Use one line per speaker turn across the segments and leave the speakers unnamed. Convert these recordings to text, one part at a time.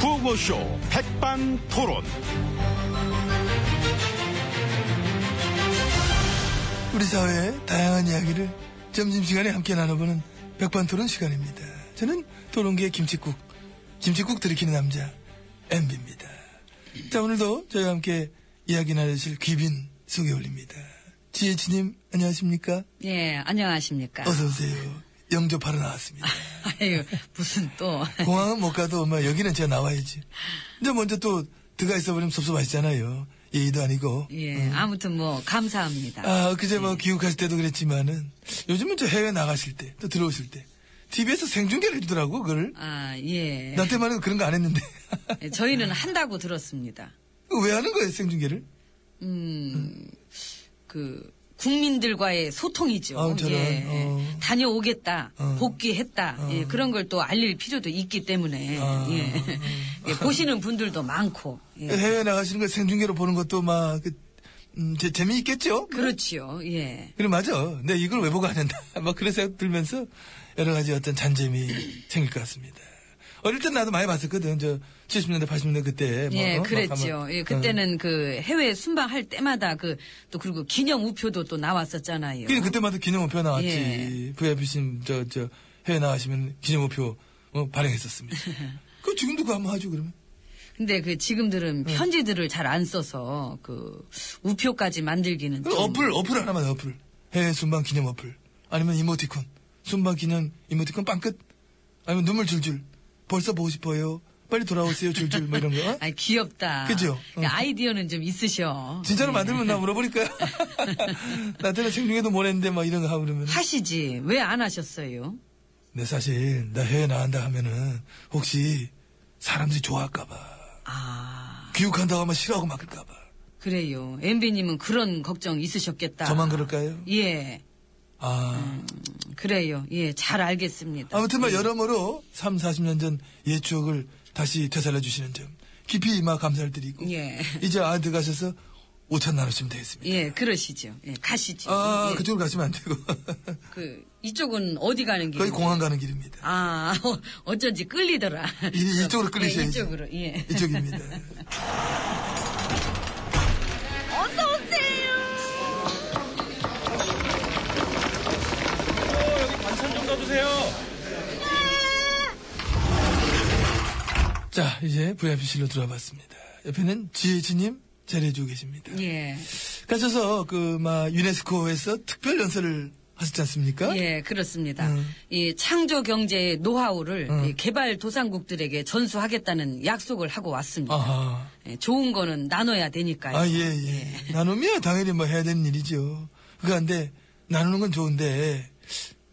구호쇼 백반토론.
우리 사회의 다양한 이야기를 점심시간에 함께 나눠보는 백반토론 시간입니다. 저는 토론계 김칫국, 김칫국 들이키는 남자 엠비입니다. 자 오늘도 저희와 함께 이야기 나누실 귀빈 소개 올립니다. 지혜치님 안녕하십니까?
예, 안녕하십니까.
어서 오세요. 영접하러 나왔습니다.
아유, 무슨 또.
공항은 못 가도 엄마 여기는 제가 나와야지. 근데 먼저 또 들어가 있어버리면 섭섭하시잖아요. 예의도 아니고. 음.
예, 아무튼 뭐, 감사합니다.
아, 그제
예.
뭐 귀국하실 때도 그랬지만은 요즘은 저 해외 나가실 때, 또 들어오실 때 TV에서 생중계를 해주더라고 그걸.
아, 예.
나 아. 때만은 그런 거 안 했는데
예, 저희는 한다고 들었습니다.
왜 하는 거예요 생중계를?
음, 그, 국민들과의 소통이죠.
아우, 저런,
예.
어.
다녀오겠다,
어.
복귀했다, 예, 그런 걸 또 알릴 필요도 있기 때문에,
아.
예. 예, 보시는 분들도 많고, 예.
그 해외 나가시는 거 생중계로 보는 것도 막 그, 음, 제- 재미있겠죠.
그렇지요, 예.
그래 맞아. 내가 이걸 왜 보고 안 했나? 막 그런 생각 들면서 여러 가지 어떤 잔재미 생길 것 같습니다. 어릴 땐 나도 많이 봤었거든. 저 70년대, 80년대 그때. 뭐,
예,
어? 막
그랬죠.
하면,
예,
어.
그때는 그 해외 순방할 때마다 그, 또 그리고 기념 우표도 또 나왔었잖아요.
그래, 그때마다 기념우표 나왔지.
그러니까 예.
VIP신, 저, 저, 해외 나가시면 기념우표 어, 발행했었습니다. 그 지금도 그거 한번 하죠, 그러면.
근데 그 지금들은 편지들을 잘 안 써서 그 우표까지 만들기는
그럼
좀
어플, 어플 하나만, 어플. 해외 순방 기념 어플. 아니면 이모티콘. 순방 기념 이모티콘 빵끝. 아니면 눈물 줄줄. 벌써 보고 싶어요. 빨리 돌아오세요, 줄줄. 뭐 이런 거. 어?
아 귀엽다.
그죠?
그러니까
응.
아이디어는 좀 있으셔. 예.
진짜로 만들면 나 물어버릴 거야. 나 때는 생중에도 못 했는데 막 이런 거 하고 그러면.
하시지 왜 안 하셨어요?
근데 사실 나 해외 나간다 하면은 혹시 사람들이 좋아할까봐.
아
귀국한다고 하면 싫어하고 막 그럴까봐.
그래요. 엠비님은 그런 걱정 있으셨겠다.
저만 그럴까요?
예
아.
음. 그래요. 예 잘 알겠습니다. 예.
아무튼 막 여러모로 3, 40년 전 옛 추억을 다시 되살려 주시는 점 깊이 막 감사를 드리고
예.
이제 아드 가셔서 5천 나누시면 되겠습니다.
예 그러시죠. 예 가시죠.
아
예,
그쪽으로 가시면 안 되고
그 이쪽은 어디 가는 길이요?
거의 공항 가는 길입니다.
아 어, 어쩐지 끌리더라.
이, 쪽으로 끌리셔야지.
예, 이쪽으로 예.
이쪽입니다.
어, 반찬 좀 넣어주세요.
자 이제 VIP실로 들어와봤습니다. 옆에는 지혜진님 자리해주고 계십니다.
예.
가셔서 그 막 유네스코에서 특별 연설을 하셨지 않습니까?
예, 그렇습니다.
음.
이 창조 경제의 노하우를
음.
이 개발 도상국들에게 전수하겠다는 약속을 하고 왔습니다.
아하.
예, 좋은 거는 나눠야 되니까요.
아, 예, 예. 나눔이야, 당연히 뭐 해야 되는 일이죠. 그건데, 나누는 건 좋은데,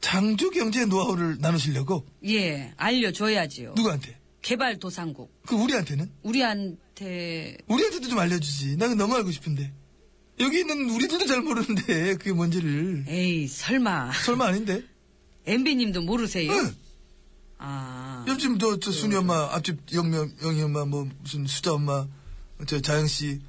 창조 경제 노하우를 나누시려고,
예, 알려줘야지요.
누구한테?
개발 도상국.
그, 우리한테는?
우리한테
우리한테도 좀 알려주지. 나 그거 너무 알고 싶은데. 여기 있는 우리들도 잘 모르는데, 그게 뭔지를.
에이 설마
설마 아닌데?
엠비님도 모르세요?
응!
아,
요즘 저, 저 순이 엄마, 앞집 영명, 영희 엄마, 뭐, 무슨 수자 엄마, 저 자영씨.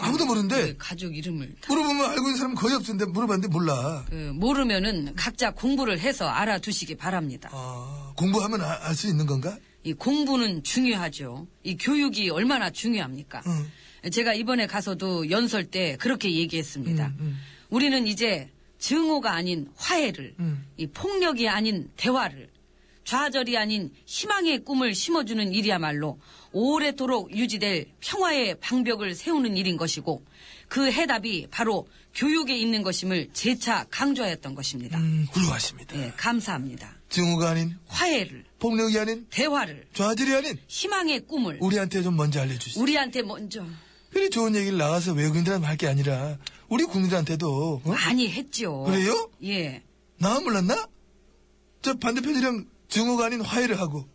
아무도
그
모르는데,
가족 이름을 다-
물어보면 알고 있는 사람은 거의 없는데, 물어봤는데 몰라.
그, 모르면은 각자 공부를 해서 알아두시기 바랍니다.
아, 공부하면 알 수 있는 건가?
이 공부는 중요하죠. 이 교육이 얼마나 중요합니까?
음.
제가 이번에 가서도 연설 때 그렇게 얘기했습니다.
음, 음.
우리는 이제 증오가 아닌 화해를,
음.
이 폭력이 아닌 대화를, 좌절이 아닌 희망의 꿈을 심어주는 일이야말로 오래도록 유지될 평화의 방벽을 세우는 일인 것이고 그 해답이 바로 교육에 있는 것임을 재차 강조하였던 것입니다.
음, 훌륭하십니다.
예, 감사합니다.
증오가 아닌
화해를,
폭력이 아닌
대화를,
좌절이 아닌
희망의 꿈을
우리한테 좀 먼저 알려주시죠.
우리한테 먼저
그래 좋은 얘기를 나가서 외국인들한테 할 게 아니라 우리 국민들한테도 어?
많이 했죠.
그래요?
예.
나 몰랐나? 저 반대편이랑 증오가 아닌 화해를 하고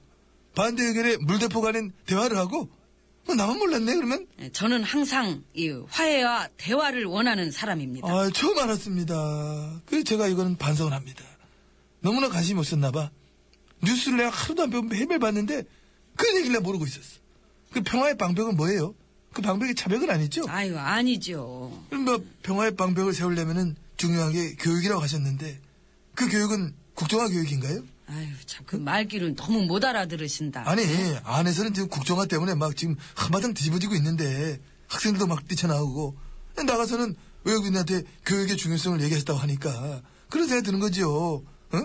반대 의견에 물대포가 아닌 대화를 하고 뭐 나만 몰랐네 그러면?
예, 저는 항상 이 화해와 대화를 원하는 사람입니다.
아 처음 알았습니다. 그래서 제가 이거는 반성을 합니다. 너무나 관심이 없었나 봐. 뉴스를 내가 하루도 안 보고 매일매일 봤는데 그 얘기를 내가 모르고 있었어. 그 평화의 방벽은 뭐예요? 그 방벽이 차벽은 아니죠?
아유, 아니죠.
그럼 뭐 평화의 방벽을 세우려면은 중요한 게 교육이라고 하셨는데 그 교육은 국정화 교육인가요?
아유, 참, 그 말귀를 너무 못 알아들으신다.
아니 안에서는 지금 국정화 때문에 막 지금 한바탕 뒤집어지고 있는데 학생들도 막 뛰쳐나오고 나가서는 외국인한테 교육의 중요성을 얘기했다고 하니까 그런 생각이 드는 거죠. 어?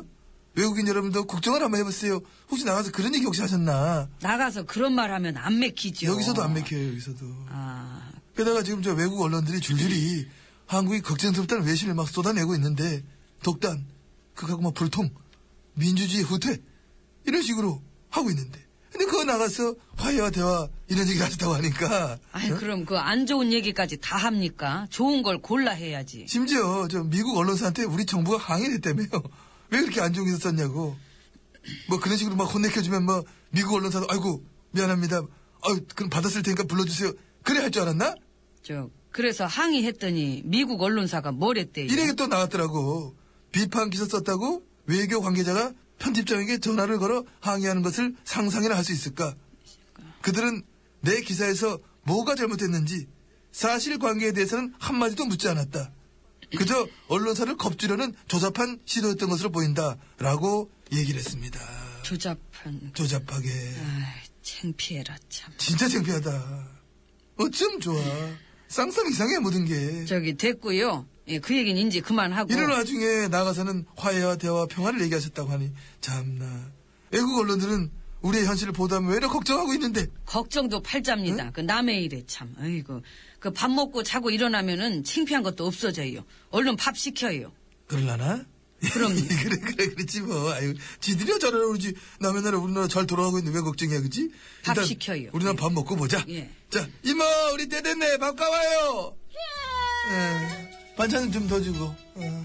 외국인 여러분도 국정화를 한번 해보세요. 혹시 나가서 그런 얘기 혹시 하셨나?
나가서 그런 말 하면 안 맥히죠.
여기서도 안 맥혀요. 여기서도.
아,
게다가 지금 저 외국 언론들이 줄줄이 한국이 걱정스럽다는 외신을 막 쏟아내고 있는데 독단, 그하고 막 불통, 민주주의 후퇴 이런 식으로 하고 있는데 근데 그거 나가서 화해와 대화 이런 얘기를 하셨다고 하니까 어?
아이, 그럼 그 안 좋은 얘기까지 다 합니까? 좋은 걸 골라 해야지.
심지어 저 미국 언론사한테 우리 정부가 항의를 했다며요 왜 그렇게 안 좋은 기사 썼냐고 뭐 그런 식으로 막 혼내켜주면 뭐 미국 언론사도 아이고 미안합니다 아유 그럼 받았을 테니까 불러주세요 그래 할 줄 알았나?
저, 그래서 항의했더니 미국 언론사가 뭐랬대요?
이래게 또 나왔더라고. 비판 기사 썼다고 외교 관계자가 편집장에게 전화를 걸어 항의하는 것을 상상이나 할 수 있을까? 그들은 내 기사에서 뭐가 잘못됐는지 사실 관계에 대해서는 한마디도 묻지 않았다. 그저 언론사를 겁주려는 조잡한 시도였던 것으로 보인다. 라고 얘기를 했습니다.
조잡한,
조잡하게.
아이, 창피해라, 참.
진짜 창피하다. 어쩜 좋아. 쌍쌍 이상해, 모든 게.
저기, 됐고요. 예, 그 얘기는 이제 그만하고.
이런 와중에 나가서는 화해와 대화와 평화를 얘기하셨다고 하니 참나 외국 언론들은 우리의 현실을 보다면 왜 이렇게 걱정하고 있는데
걱정도 팔자입니다. 그 남의 일에 참, 아이고. 그 밥 먹고 자고 일어나면은 창피한 것도 없어져요. 얼른 밥 시켜요.
그럴라나?
그럼요.
그래 그래 그렇지 뭐 아유 지들이야 잘하라 그러지 남의 나라 우리나라 잘 돌아가고 있는데 왜 걱정이야 그지?
밥 시켜요.
우리나라 밥 먹고 보자
예.
자 이모 우리 때 됐네 밥 가와요 예. 반찬 좀 더 주고 어.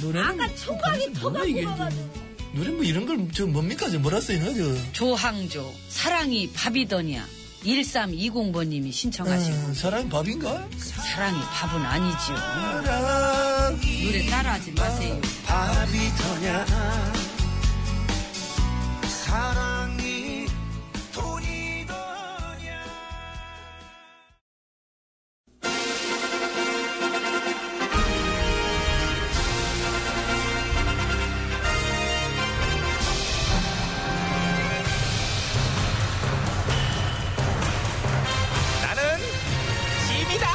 노래는 뭐 아까 초강이 터가 고와가지고
노래 뭐 이런 걸 저 뭡니까 저 뭐라 쓰이나 저
조항조, 사랑이 밥이더냐. 1320번님이 신청하시고,
어, 사람 밥인가?
사랑이 밥은 아니지요.
사랑
노래 따라하지 마세요.
밥이 더냐 사랑이 돈이 더냐
나는 짐이다.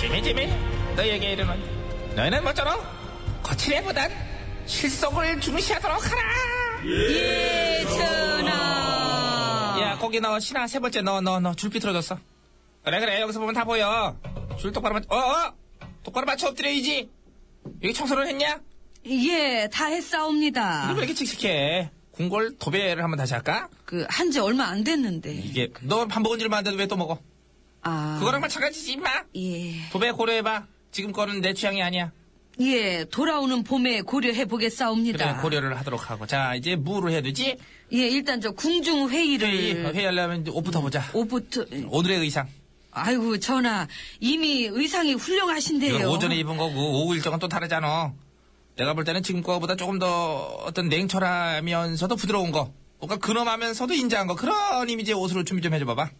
짐이 짐이 너에게 이르는 너희는 뭐처럼 거칠애보단 실속을 중시하도록 하라.
예, 전하.
야 거기 넣어 신아 세 번째 넣어 넣어 넣어 줄삐 틀어졌어 그래 그래 여기서 보면 다 보여 줄 똑바로 맞춰 어어 똑바로 맞춰 엎드려야지 여기 청소를 했냐?
예, 다
이거
했사옵니다.
왜 이렇게 칙칙해 궁궐 도배를 한번 다시 할까?
그, 한 지 얼마 안 됐는데.
이게 너 밥 먹은 줄 알았는데 왜 또 먹어
아.
그거랑 마찬가지지 임마
예.
도배 고려해봐 지금 거는 내 취향이 아니야
예, 돌아오는 봄에 고려해 보겠사옵니다.
그래 고려를 하도록 하고 자 이제 무를 해야 되지 어,
예, 일단 저
회의
궁중회의를.
회의하려면 이제 옷부터 보자
오부터.
오늘의 의상
아이고, 전하. 이미 의상이 훌륭하신데요.
이건 오전에 입은 거고 오후 일정은 또 다르잖아. 내가 볼 때는 지금 거보다 조금 더 어떤 냉철하면서도 부드러운 거. 뭔가 근엄하면서도 인자한 거. 그런 이미지의 옷으로 준비 좀 해줘봐봐.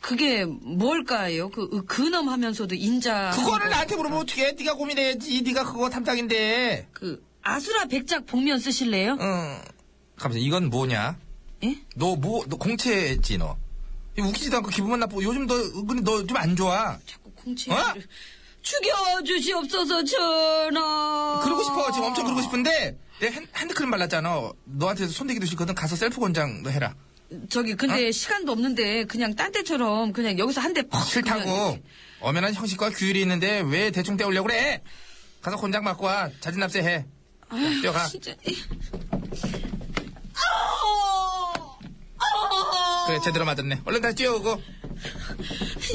그게 뭘까요? 그, 그 근엄하면서도 인자.
그거를 나한테 물어보면 어떡해. 네가 고민해야지. 네가 그거 담당인데.
그, 아수라 백작 복면 쓰실래요?
응. 잠깐만 이건 뭐냐?
예?
너 뭐, 너 공채지 너. 이거 웃기지도 않고 기분만 나쁘고 요즘 너, 근데 너 좀 안 좋아.
자꾸 공채.
어?
를 죽여주시옵소서, 전하.
그러고 싶어. 지금 엄청 그러고 싶은데. 내가 핸, 핸드크림 발랐잖아. 너한테 손대기도 싫거든. 가서 셀프 권장 너 해라.
저기,
어?
근데 시간도 없는데, 그냥 딴 때처럼, 그냥 여기서 한 대 퍽. 어, 그냥
싫다고.
이렇게.
엄연한 형식과 규율이 있는데 왜 대충 때우려고 그래? 가서 곤장 맞고 와. 자진 납세해.
아휴,
뛰어가.
진짜. 아우! 아우!
그래, 제대로 맞았네. 얼른 다시 뛰어오고. 어,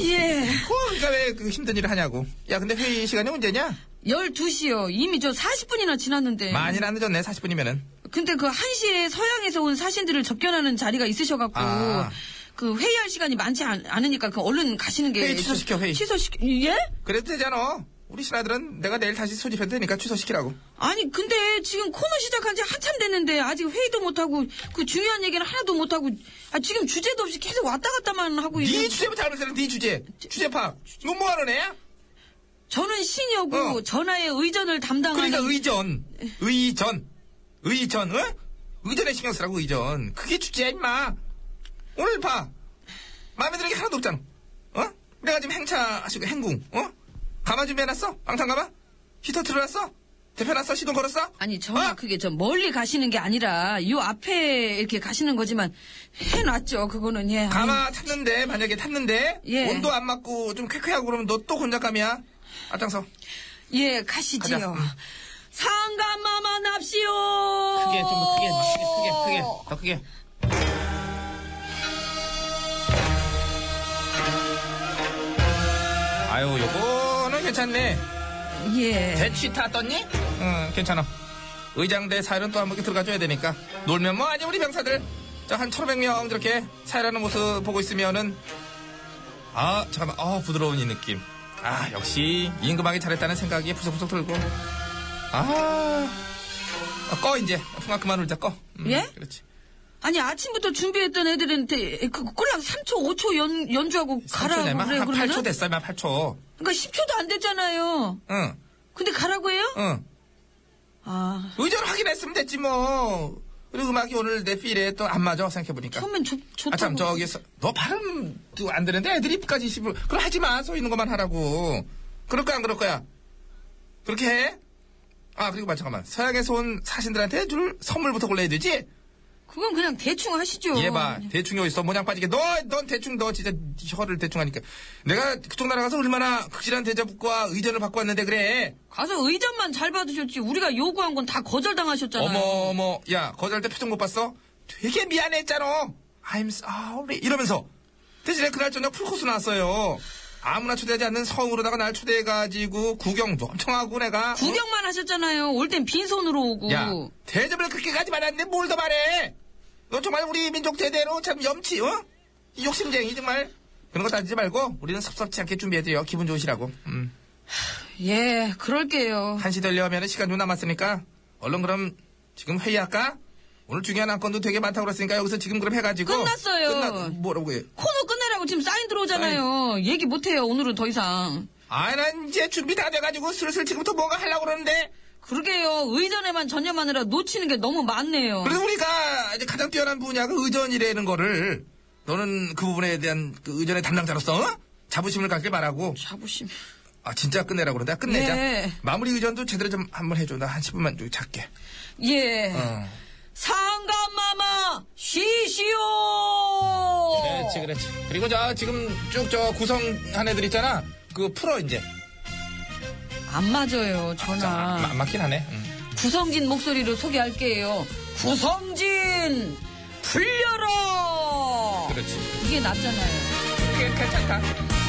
예.
그러니까 왜 그 힘든 일을 하냐고. 야, 근데 회의 시간이 언제냐?
12시요. 이미 저 40분이나 지났는데.
많이 안 늦었네, 40분이면은.
근데 그 1시에 서양에서 온 사신들을 접견하는 자리가 있으셔갖고.
아.
그 회의할 시간이 많지 않, 으니까그 얼른 가시는 게.
회의 취소시켜, 회의.
취소시켜. 예?
그래도 되잖아.
우리 신하들은 내가 내일 다시 소집해도 되니까 취소시키라고.
아니 근데 지금 코너 시작한 지 한참 됐는데 아직 회의도 못하고 그 중요한 얘기는 하나도 못하고 아, 지금 주제도 없이 계속 왔다 갔다만 하고
네
이래.
주제부터 알면 되는 네 주제. 주제 파악. 넌 뭐하는 애야?
저는 신여고
어.
전화의 의전을 담당하는
그러니까 의전. 의전. 의전. 어? 의전에 신경 쓰라고 의전. 그게 주제야 임마. 오늘 봐. 마음에 드는 게 하나도 없잖아. 어? 내가 지금 행차하시고 행궁. 어? 가마 준비해놨어? 방탄 가마? 히터 틀어놨어? 대표놨어? 시동 걸었어?
아니 전화
어?
그게 저 멀리 가시는 게 아니라 요 앞에 이렇게 가시는 거지만 해놨죠 그거는 예. 아니,
가마 탔는데 만약에 탔는데
예.
온도 안 맞고 좀 쾌쾌하고 그러면 너 또 곤작감이야. 앞장서.
예 가시지요.
가자.
상감마만 합시오.
크게 좀 더 크게 크게 크게 크게
어.
더 크게. 아유 요거는 괜찮네.
예.
대취 타 떴니? 응 괜찮아. 의장대 사연은 또 한 번 들어가줘야 되니까 놀면 뭐 아니 우리 병사들 저 한 1500명 저렇게 사연하는 모습 보고 있으면은 아 잠깐만 아 부드러운 이 느낌 아 역시 임금하기 잘했다는 생각이 부석부석 들고
어,
아꺼 이제 풍악 그만 울자 꺼 음,
예?
그렇지
아니 아침부터 준비했던 애들한테 그 꼴랑 3초 5초 연, 연주하고 가라고
3초 내면
그래요
한
그러면
8초 됐어 임마 8초
그러니까 10초도 안 됐잖아요
응응
근데 가라고 해요?
어.
아
의전 확인했으면 됐지 뭐 그리고 음악이 오늘 내 필에 또 안 맞아 생각해보니까
처음엔 좋, 좋다고
아, 참, 저기, 서- 너 발음도 안 되는데 애드립까지 씹을. 그럼 하지 마. 서 있는 것만 하라고. 그럴 거야, 안 그럴 거야? 그렇게 해? 아, 그리고 만 잠깐만. 서양에서 온 사신들한테 줄 선물부터 골라야 되지?
그건 그냥 대충 하시죠
얘 봐. 대충 여기 있어. 모양 빠지게. 너, 넌 대충, 너 진짜 혀를 대충 하니까. 내가 그쪽 나라 가서 얼마나 극실한 대접과 의전을 받고 왔는데, 그래.
가서 의전만 잘 받으셨지 우리가 요구한 건 다 거절당하셨잖아요
어머, 어머. 야, 거절할 때 표정 못 봤어? 되게 미안했잖아. I'm sorry. 이러면서. 대신에 그날 저녁 풀코스 나왔어요. 아무나 초대하지 않는 성으로다가 날 초대해가지고 구경도 엄청 하고 내가.
구경만 하셨잖아요 올 땐 빈손으로 오고
야, 대접을 그렇게 가지 말았는데 뭘 더 말해. 너 정말 우리 민족 대대로 참 염치, 어? 이 욕심쟁이 정말. 그런 거 따지지 말고 우리는 섭섭치 않게 준비해드려. 기분 좋으시라고. 음.
예 그럴게요
한시 되려면 시간 좀 남았으니까 얼른 그럼 지금 회의할까? 오늘 중요한 안건도 되게 많다고 그랬으니까 여기서 지금 그럼 해가지고
끝났어요.
끝나- 뭐라고 해?
코너 끝내라고 지금 사인 들어오잖아요 얘기 못해요 오늘은 더 이상
아, 난 이제 준비 다 돼가지고 슬슬 지금부터 뭔가 하려고 그러는데
그러게요 의전에만 전념하느라 놓치는 게 너무 많네요
그래서 우리가 이제 가장 뛰어난 분야가 의전이라는 거를 너는 그 부분에 대한 그 의전의 담당자로서 어? 자부심을 갖길 바라고
자부심.
아 진짜 끝내라고 그러는데 끝내자
네.
마무리 의전도 제대로 좀 한번 해줘 나 한 10분만 좀 작게
예.
어.
상감마마 쉬시오.
그렇지, 그렇지. 그리고 저 지금 쭉 저 구성한 애들 있잖아. 그 풀어 이제.
안 맞아요
자,
전화.
안, 안 맞긴 하네. 음.
구성진 목소리로 소개할게요. 구성진 풀려라.
그렇지.
이게 낫잖아요.
꽤 괜찮다.